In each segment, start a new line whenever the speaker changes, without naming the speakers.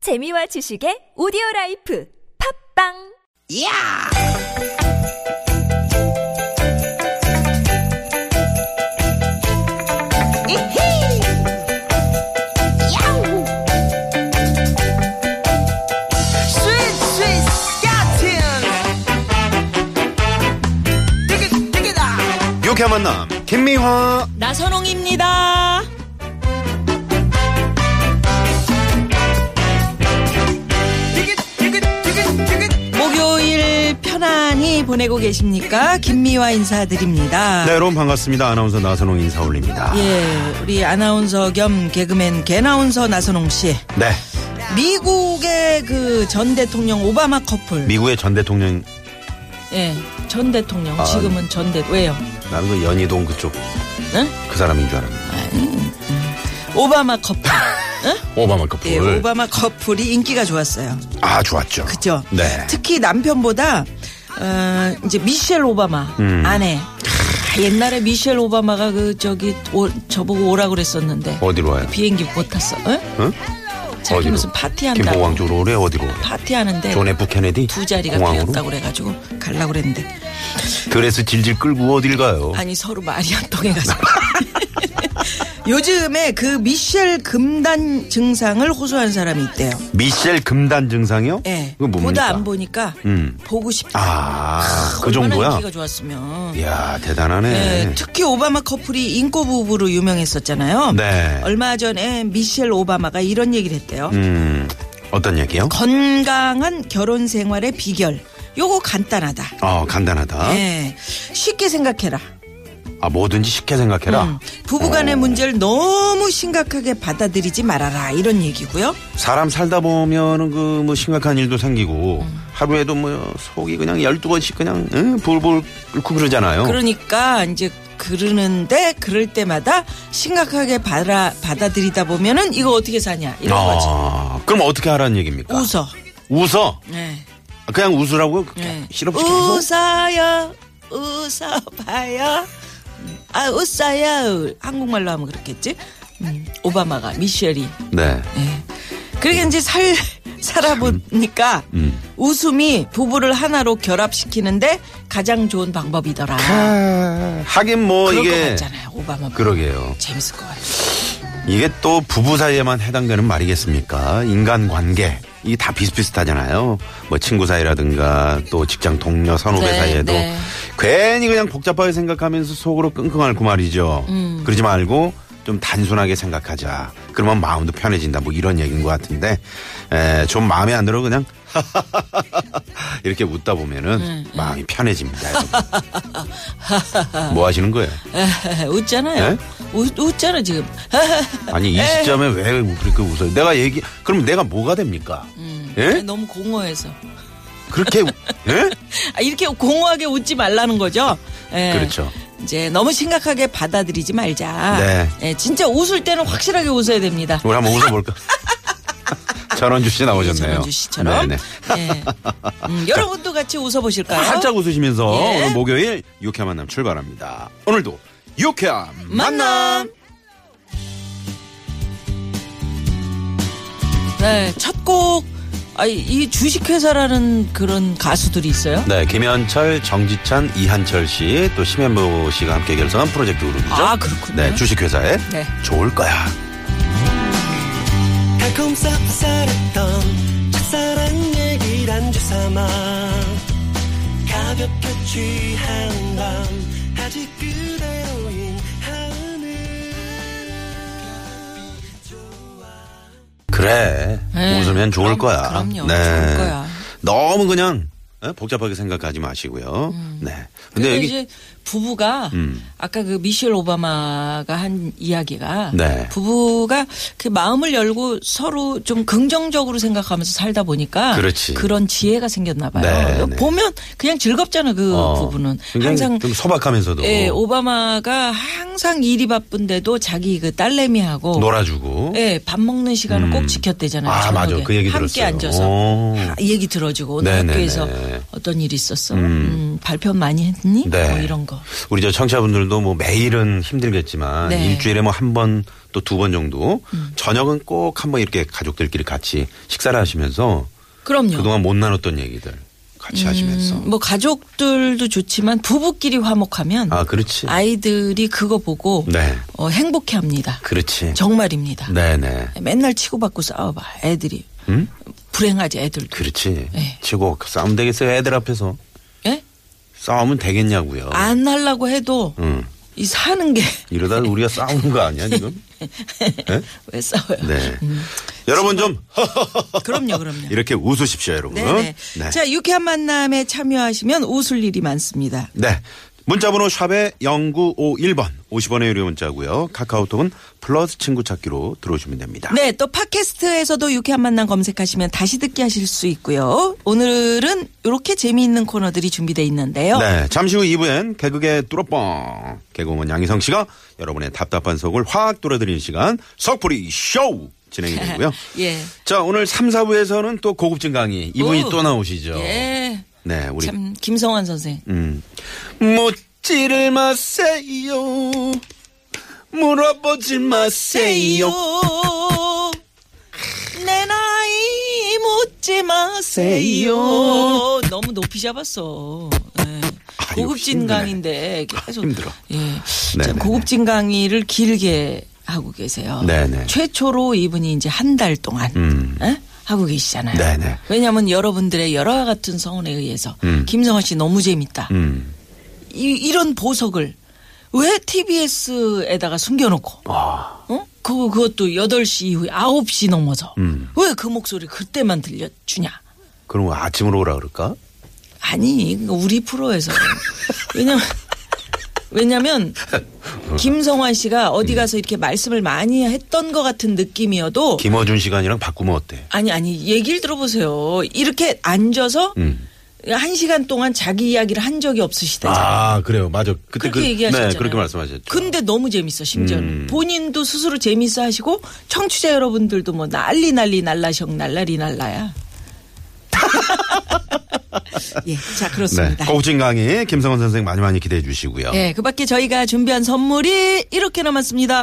재미와 지식의 오디오 라이프 팝빵!
이야! 이히! 야우! 스윗, 스윗, 스카틴! 티켓, 티켓아!
유쾌한 만남 김미화
나선홍입니다.
티켓, 티켓, 티켓, 티켓!
목요일 편안히 보내고 계십니까? 김미화 인사드립니다.
네 여러분 반갑습니다 아나운서 나선홍 인사 올립니다
아. 예, 우리 아나운서 겸 개그맨 개나운서 나선홍 씨.
네
미국의 그 전 대통령 오바마 커플.
미국의 전 대통령
예, 전 대통령.
아.
지금은 전 대, 왜요?
나는 그 연희동 그쪽
응?
그 사람인 줄 알았는데
오바마 커플.
오바마 커플
예, 오바마 커플이 인기가 좋았어요.
아 좋았죠
그죠?
네
특히 남편보다 어, 이제 미셸 오바마
음.
아내. 아, 옛날에 미셸 오바마가 그 저기 오- 저보고 오라 그랬었는데
어디로 와요
비행기 못 탔어. 어?
응?
자기 무슨 파티한다.
김포광 쪽으로 오래 어디로 오래
파티하는데
존 F 케네디
예. 두 자리가
공항으로
비었다고 그래가지고 갈라 그랬는데
드레스 질질 끌고 어딜 가요
아니 서로 말이 안 통해가지고. 요즘에 그 미셸 금단 증상을 호소한 사람이 있대요.
미셸 금단 증상이요
예.
그거 뭡니까
보다 안 보니까
음.
보고 싶다.
아그
얼마나
정도야
인기가 좋았으면.
이야 대단하네
예, 특히 오바마 커플이 인꼬 부부로 유명했었잖아요.
네.
얼마 전에 미셸 오바마가 이런 얘기를 했대요.
음 어떤 얘기요
건강한 결혼 생활의 비결. 요거 간단하다.
어 간단하다
예. 쉽게 생각해라.
아 뭐든지 쉽게 생각해라
음, 부부간의 문제를 너무 심각하게 받아들이지 말아라. 이런 얘기고요.
사람 살다 보면은 그 뭐 심각한 일도 생기고
음.
하루에도 뭐 속이 그냥 12번씩 그냥 응? 볼볼 끓고 그러잖아요.
그러니까 이제 그러는데 그럴 때마다 심각하게 받아, 받아들이다 보면은 이거 어떻게 사냐. 이런 거지.
아, 그럼 어떻게 하라는 얘기입니까?
웃어.
웃어.
예.
그냥 웃으라고요? 그렇게
네.
실없이 계속?
웃어요, 웃어봐요. 아, 웃어요. 한국말로 하면 그렇겠지? 음, 오바마가, 미셸이. 예.
네.
그러게 이제 살, 살아보니까 웃음이 부부를 하나로 결합시키는데 가장 좋은 방법이더라.
하긴 뭐
그럴 것
어, 이게
같잖아요, 오바마.
그러게요.
재밌을 것 같아요.
이게 또 부부 사이에만 해당되는 말이겠습니까? 인간 관계. 이게 다 비슷비슷하잖아요. 뭐 친구 사이라든가 또 직장 동료 선후배
네,
사이에도
네.
괜히 그냥 복잡하게 생각하면서 속으로 끙끙 앓고 말이죠.
음.
그러지 말고 좀 단순하게 생각하자. 그러면 마음도 편해진다. 뭐 이런 얘기인 것 같은데 에, 좀 마음에 안 들어 그냥 이렇게 웃다 보면은
네.
마음이 편해집니다. 여러분. 뭐 하시는 거예요?
웃잖아요.
네?
웃, 웃잖아, 지금.
아니 이 시점에 왜 그렇게 웃어요? 내가 얘기 그럼 내가 뭐가 됩니까?
음.
예?
너무 공허해서.
그렇게 웃- 예?
아, 이렇게 공허하게 웃지 말라는 거죠. 예.
그렇죠.
이제 너무 심각하게 받아들이지 말자.
네.
예, 진짜 웃을 때는 확실하게 웃어야 됩니다.
우리 한번 웃어볼까? 전원주 씨 나오셨네요.
전원주 씨처럼.
네네.
예.
아,
음, 여러분도 같이 웃어보실까요?
활짝 웃으시면서
예.
오늘 목요일 유쾌한 만남 출발합니다. 오늘도 유쾌한 만남.
만남. 네, 첫 곡. 아, 이 주식회사라는 그런 가수들이 있어요?
네, 김현철, 정지찬, 이한철 씨, 또 심현보 씨가 함께 결성한 프로젝트 그룹이죠.
아, 그렇군요.
네, 주식회사에
네.
좋을 거야.
달콤 쌉쌀했던 첫사랑 얘기 단주 삼아 가볍게 취한 밤 아직 그대로인 하늘
그래.
네.
웃으면 좋을
그럼,
거야. 네.
그럼요. 좋을 거야.
너무 그냥 어? 복잡하게 생각하지 마시고요. 네. 근데
근데
여기
음. 이제 부부가
음.
아까 그 미셸 오바마가 한 이야기가
네.
부부가 그 마음을 열고 서로 좀 긍정적으로 생각하면서 살다 보니까
그렇지.
런 지혜가 생겼나
네,
봐요.
네.
보면 그냥 즐겁잖아 그
어,
부부는
굉장히
항상
좀 소박하면서도
예, 오바마가 항상 일이 바쁜데도 자기 그 딸내미하고
놀아주고
예, 밥 먹는 시간을
음.
꼭 지켰대잖아요.
아, 맞아.
저녁에.
그 얘기
함께
들었어요.
앉아서
오.
아, 얘기 들어주고 오늘
네네네.
학교에서
네.
어떤 일이 있었어? 음, 발표 많이 했니?
네.
뭐 이런 거.
우리 저 청취자분들도 뭐 매일은 힘들겠지만
네. 음.
일주일에 뭐 한 번 또 두 번 정도 저녁은 꼭 한 번 이렇게 가족들끼리 같이 식사를 하시면서
그럼요.
그동안 못 나눴던 얘기들 같이 하시면서
뭐 가족들도 좋지만 부부끼리 화목하면
아 그렇지
이들이 그거 보고
네.
어, 행복해합니다.
그렇지
정말입니다.
네네
맨날 치고받고 싸워봐 애들이
음?
불행하지 애들도.
그렇지
네.
치고 싸움 되겠어요 애들 앞에서
예?
싸우면 되겠냐고요
안 하려고 해도
어. 음.
이 사는
이러다 우리가 싸우는 거 아니야 지금
게 왜 싸워요?
네
음.
여러분 좀
그럼요, 그럼요.
이렇게 웃으십시오 여러분
네네.
네.
자, 유쾌한 만남에 참여하시면 웃을 일이 많습니다.
네. 문자번호 샵에 0951번 50원의 유료 문자고요. 카카오톡은 플러스 친구 찾기로 들어오시면 됩니다.
네, 또 팟캐스트에서도 유쾌한 만남 검색하시면 다시 듣기 하실 수 있고요. 오늘은 이렇게 재미있는 코너들이 준비돼 있는데요.
네, 잠시 후 2부엔 개그계 뚜러뻥 개그우먼 양희성 씨가 여러분의 답답한 속을 확 뚫어드리는 시간 석풀이 쇼 진행이 되고요.
예.
자, 오늘 3, 4부에서는 또 고급진 강의 이분이
오.
또 나오시죠.
예.
네, 우리
참 김성환 선생.
음. 묻지를 마세요. 물어보지
세요.
마세요.
내 나이 묻지 마세요. 너무 높이 잡았어. 예.
아, 이거
고급진
힘드네.
강의인데 계속
아, 힘들어.
예,
네네네.
참 고급진 강의를 길게 하고 계세요.
네네.
최초로 이분이 이제 한 달 동안
음.
예? 하고 계시잖아요.
네네.
왜냐하면 여러분들의 여러 같은 성원에 의해서
음.
김성환 씨 너무 재밌다.
음.
이, 이런 보석을 왜 TBS에다가 숨겨놓고 어? 그, 그것도 8시 이후에 9시 넘어서.
음.
왜 그 목소리 그때만 들려주냐?
그럼 아침으로 오라 그럴까?
아니, 그거 우리 프로에서. 왜냐면, 왜냐면, 김성환 씨가 어디 가서 이렇게 말씀을 많이 했던 것 같은 느낌이어도,
김어준 시간이랑 바꾸면 어때?
아니, 아니, 얘기를 들어보세요. 이렇게 앉아서,
음.
한 시간 동안 자기 이야기를 한 적이 없으시대잖아요.
아 그래요, 맞아. 그때
네, 그렇게 얘기하셨잖아요.
네, 그렇게 말씀하셨죠.
근데 너무 재밌어 심지어는
음.
본인도 스스로 재밌어 하시고 청취자 여러분들도 뭐 난리 난리 날라셩 날라리 날라야. 예, 자
네,
그렇습니다.
고우진 강의 김성원 선생 많이 많이 기대해 주시고요.
예, 그밖에 저희가 준비한 선물이 이렇게 남았습니다.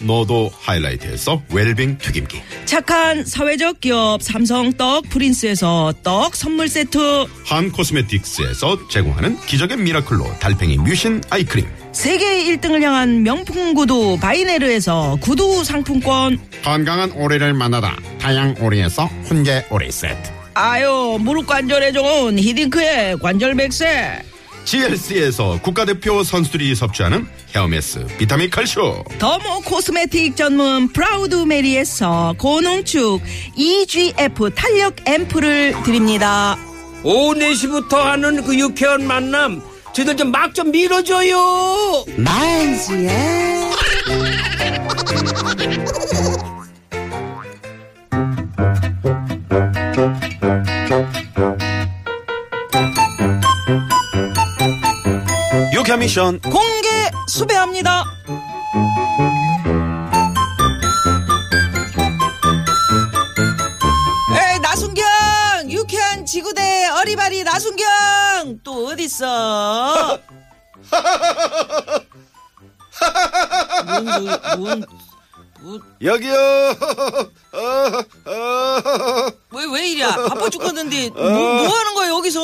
너도 하이라이트에서 웰빙 튀김기
착한 사회적 기업 삼성 떡 프린스에서 떡 선물 세트
한 코스메틱스에서 제공하는 기적의 미라클로 달팽이 뮤신 아이크림
세계 1등을 향한 명품 구두 바이네르에서 구두 상품권
건강한 오리를 만나다 다양 오리에서 훈계 오리 세트
아유 무릎 관절에 좋은 히딩크의 관절 백세
GLC에서 국가대표 선수들이 섭취하는 헤어메스 비타민 칼쇼
더모 코스메틱 전문 프라우드 메리에서 고농축 EGF 탄력 앰플을 드립니다
오후 4시부터 하는 그 유쾌한 만남 저희들 좀 막 좀 밀어줘요
유쾌 미션
공개 수배합니다 에이 나순경 유쾌한 지구대 어리바리 나순경 또 어딨어 뭔, 뭐, 뭔, 뭐,
여기요
왜, 왜 이래 바빠 죽겠는데 뭐, 뭐 하는 거야 여기서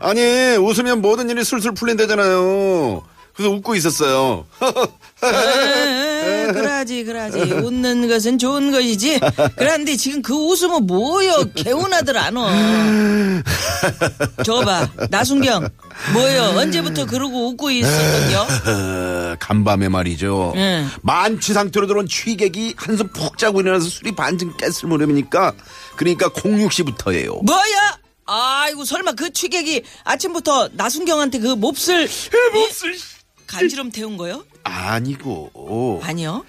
아니 웃으면 모든 일이 술술 풀린다잖아요 그래서 웃고 있었어요
에이, 그래 그라지 그라지 웃는 것은 좋은 것이지 그런데 지금 그 웃음은 뭐여 개운하들 않어 저봐 나순경 뭐여 언제부터 그러고 웃고 있었던겨
어, 간밤에 말이죠.
예.
만취 상태로 들어온 취객이 한숨 푹 자고 일어나서 술이 반쯤 깼을 무렵이니까 그러니까 06시부터예요.
뭐야 아이고 설마 그 취객이 아침부터 나순경한테 그 몹쓸
예,
몹쓸 간지럼 태운 거요?
아니고.
아니요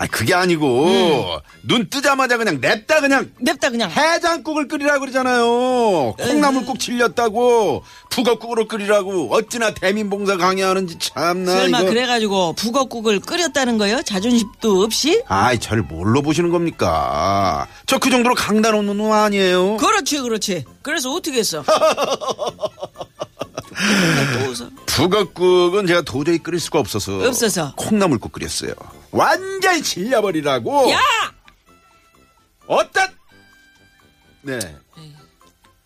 아 그게 아니고
예.
눈 뜨자마자 그냥 냅다 그냥
냅다 그냥
해장국을 아, 끓이라고 그러잖아요. 콩나물국 질렸다고 북엇국으로 끓이라고 어찌나 대민봉사 강요하는지 참나.
설마
이거.
그래가지고 북어국을 끓였다는 거요? 자존심도 없이?
아이 저를 뭘로 보시는 겁니까? 저 그 정도로 강단 없는 놈 아니에요.
그렇지 그렇지 그래서 어떻게 했어? 맨날 또 웃어.
북엇국은 제가 도저히 끓일 수가 없어서
없어서.
콩나물국 끓였어요. 완전히 질려버리라고.
야!
어따 네.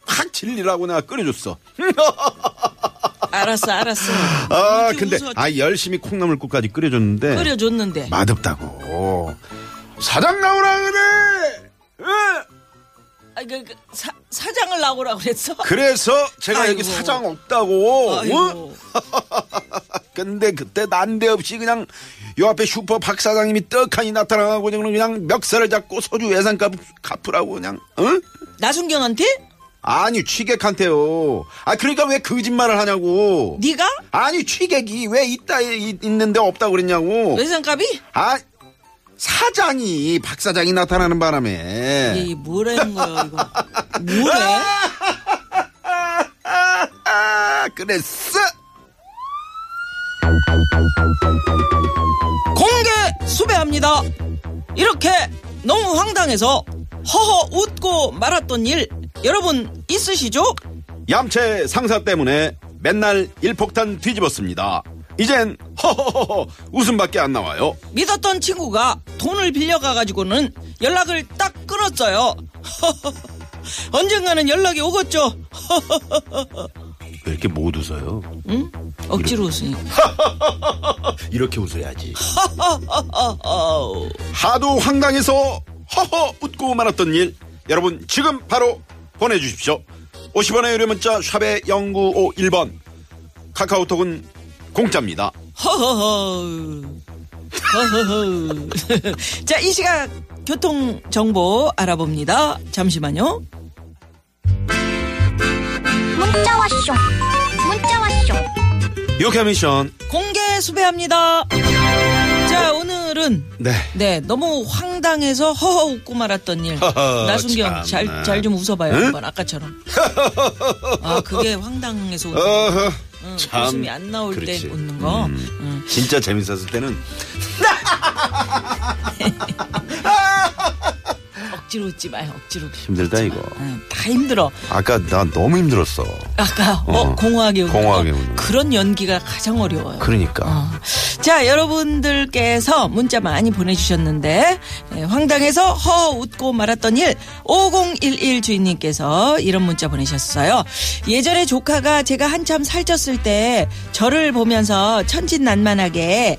확 질리라고 내가 끓여줬어.
알았어 알았어
아,
이렇게
근데
웃어.
아 열심히 콩나물국까지 끓여줬는데
끓여줬는데
맛없다고 사장 나오라 그래. 응?
아, 그, 그, 사, 사장을 나오라고 그랬어?
그래서 제가 여기
아이고.
사장 없다고. 응?
아이고,
근데 그때 난데없이 그냥 요 앞에 슈퍼 박 사장님이 떡하니 나타나가고 그냥 그냥 멱살을 잡고 소주 예산값 갚으라고 그냥. 응?
나순경한테?
아니 취객한테요. 아 그러니까 왜 거짓말을 하냐고.
네가?
아니 취객이 왜 있다 이- 있는데 없다고 그랬냐고.
네? 외상값이?
아 사장이 박 사장이 나타나는 바람에 네.
이 뭐라는 거야 이거 뭐래?
아, 아, 그랬어
공개 수배합니다. 이렇게 너무 황당해서 허허 웃고 말았던 일 여러분 있으시죠?
얌체 상사 때문에 맨날 일폭탄 뒤집었습니다 이젠 허허허허 웃음밖에 안 나와요
믿었던 친구가 돈을 빌려가가지고는 연락을 딱 끊었어요. 언젠가는 연락이 오겠죠.
왜 이렇게 못 웃어요
억지로 웃으니까.
이렇게 웃어야지
어우.
하도 황당해서 허허 웃고 말았던 일 여러분 지금 바로 보내주십시오 50원의 유료 문자 샵의 0951번 카카오톡은 공짜입니다
허허허. 허허허. 자, 이 시각 교통 정보 알아봅니다. 잠시만요.
문자 왔쇼 문자 왔쇼
유쾌 미션
공개 수배합니다. 자, 오늘은
네
네 너무 황당해서 허허 웃고 말았던 일.
허허,
나순경
참나.
잘 잘 좀 웃어봐요 한번 아까처럼. 아 그게 황당해서 웃는 거.
어허,
응,
참.
웃음이 안 나올
그렇지. 음.
때 웃는 거. 음. 응.
진짜 재밌었을 때는
억지로 웃지 마요. 억지로.
힘들다,
웃지 마.
이거.
응, 다 힘들어.
아까 나 너무 힘들었어.
아까 어,
어,
공허하게 웃는
공허하게
거.
웃는 거.
그런 연기가 가장 어려워요.
그러니까.
자, 여러분들께서 문자 많이 보내주셨는데, 예, 황당해서 허 웃고 말았던 일, 5011 주인님께서 이런 문자 보내셨어요. 예전에 조카가 제가 한참 살쪘을 때 저를 보면서 천진난만하게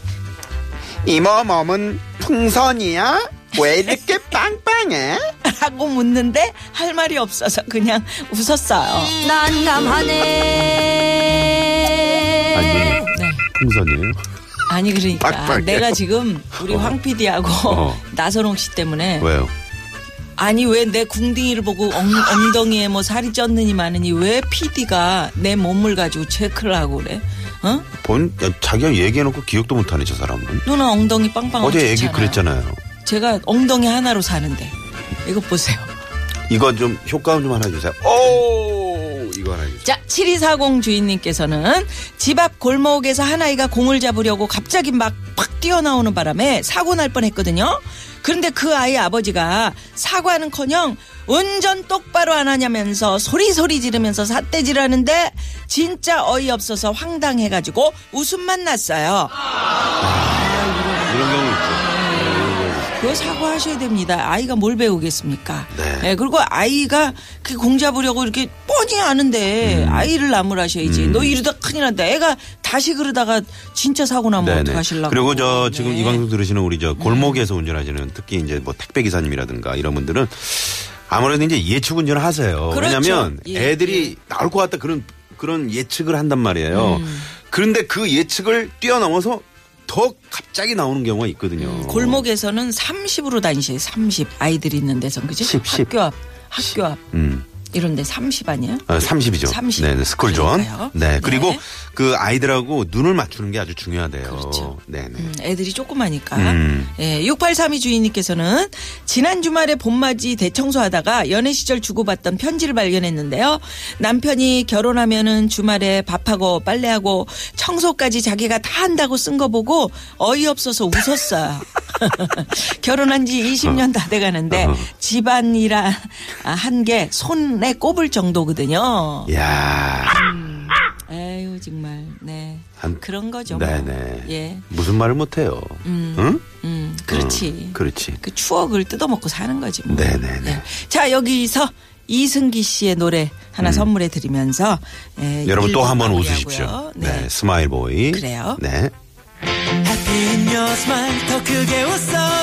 이모 몸은 풍선이야? 왜 이렇게 빵빵해?
하고 묻는데 할 말이 없어서 그냥 웃었어요.
아니,
네.
풍선이에요?
아니, 그러니까.
빡빡해요.
내가 지금 우리 황 PD하고
어.
나선홍 씨 때문에
왜요?
아니 왜 내 궁둥이를 보고 엉, 덩이에뭐 살이 쪘느니 마느니 왜 PD가 내 몸을 가지고 체크를 하고 그래? 어?
본 야, 자기가 얘기해놓고 기억도 못하네 저 사람은.
누나 엉덩이 빵빵하고
어제 얘기
좋잖아요.
그랬잖아요.
제가 엉덩이 하나로 사는데 이것 보세요.
이거 좀 효과음 좀 하나 주세요. 오, 이거 하나 주세요.
자, 7240 주인님께서는 집 앞 골목에서 한 아이가 공을 잡으려고 갑자기 막 팍 뛰어나오는 바람에 사고 날 뻔했거든요. 그런데 그 아이 아버지가 사과는커녕 운전 똑바로 안 하냐면서 소리소리 지르면서 삿대질하는데 진짜 어이없어서 황당해가지고 웃음만 났어요.
이런 경우 있죠.
그거 사과하셔야 됩니다. 아이가 뭘 배우겠습니까? 예,
네.
그리고 아이가 그 공잡으려고 이렇게 뻔히
음.
아는데 아이를 나무라셔야지. 너 이러다 큰일 난다. 애가 다시 그러다가 진짜 사고 나면 어떡하실라고.
그리고 저 지금
네.
이 방송 들으시는 우리 저 골목에서 운전하시는 특히 이제 뭐 택배 기사님이라든가 이런 분들은 아무래도 이제 예측 운전을 하세요.
그렇죠.
왜냐하면
예,
애들이 나올 것 같다 그런 그런 예측을 한단 말이에요.
음.
그런데 그 예측을 뛰어넘어서 더 갑자기 나오는 경우가 있거든요.
음, 골목에서는 30으로 다니셔요. 30 아이들이 있는 데서 그지?
10, 10.
학교 앞, 학교 앞
음.
이런데 30 아니에요?
어, 30이죠.
30.
네, 네, 스쿨존.
그러니까요.
네. 그리고
네.
그 아이들하고 눈을 맞추는 게 아주 중요하대요.
그렇죠.
네, 네.
음, 애들이 조그마니까.
음.
예, 6832 주인님께서는 지난 주말에 봄맞이 대청소하다가 연애 시절 주고받던 편지를 발견했는데요. 남편이 결혼하면은 주말에 밥하고 빨래하고 청소까지 자기가 다 한다고 쓴 거 보고 어이없어서 웃었어요. 결혼한 지 20년 다 돼가는데
어.
집안이라 아, 한 게 손에 꼽을 정도거든요.
야.
음, 에휴 정말 네
예. 한-
그런 거죠. 뭐.
네, 네.
예.
무슨 말을 못 해요. 응?
음, 그렇지.
어, 그렇지.
그 추억을 뜯어먹고 사는 거지. 뭐.
네네네.
예. 자, 여기서 이승기 씨의 노래 하나 선물해 드리면서 예,
음. 여러분 또
일부
한 번
마무리하고요.
웃으십시오.
네.
네. 스마일 보이.
그래요?
네.
Happy in your smile 더 크게 웃어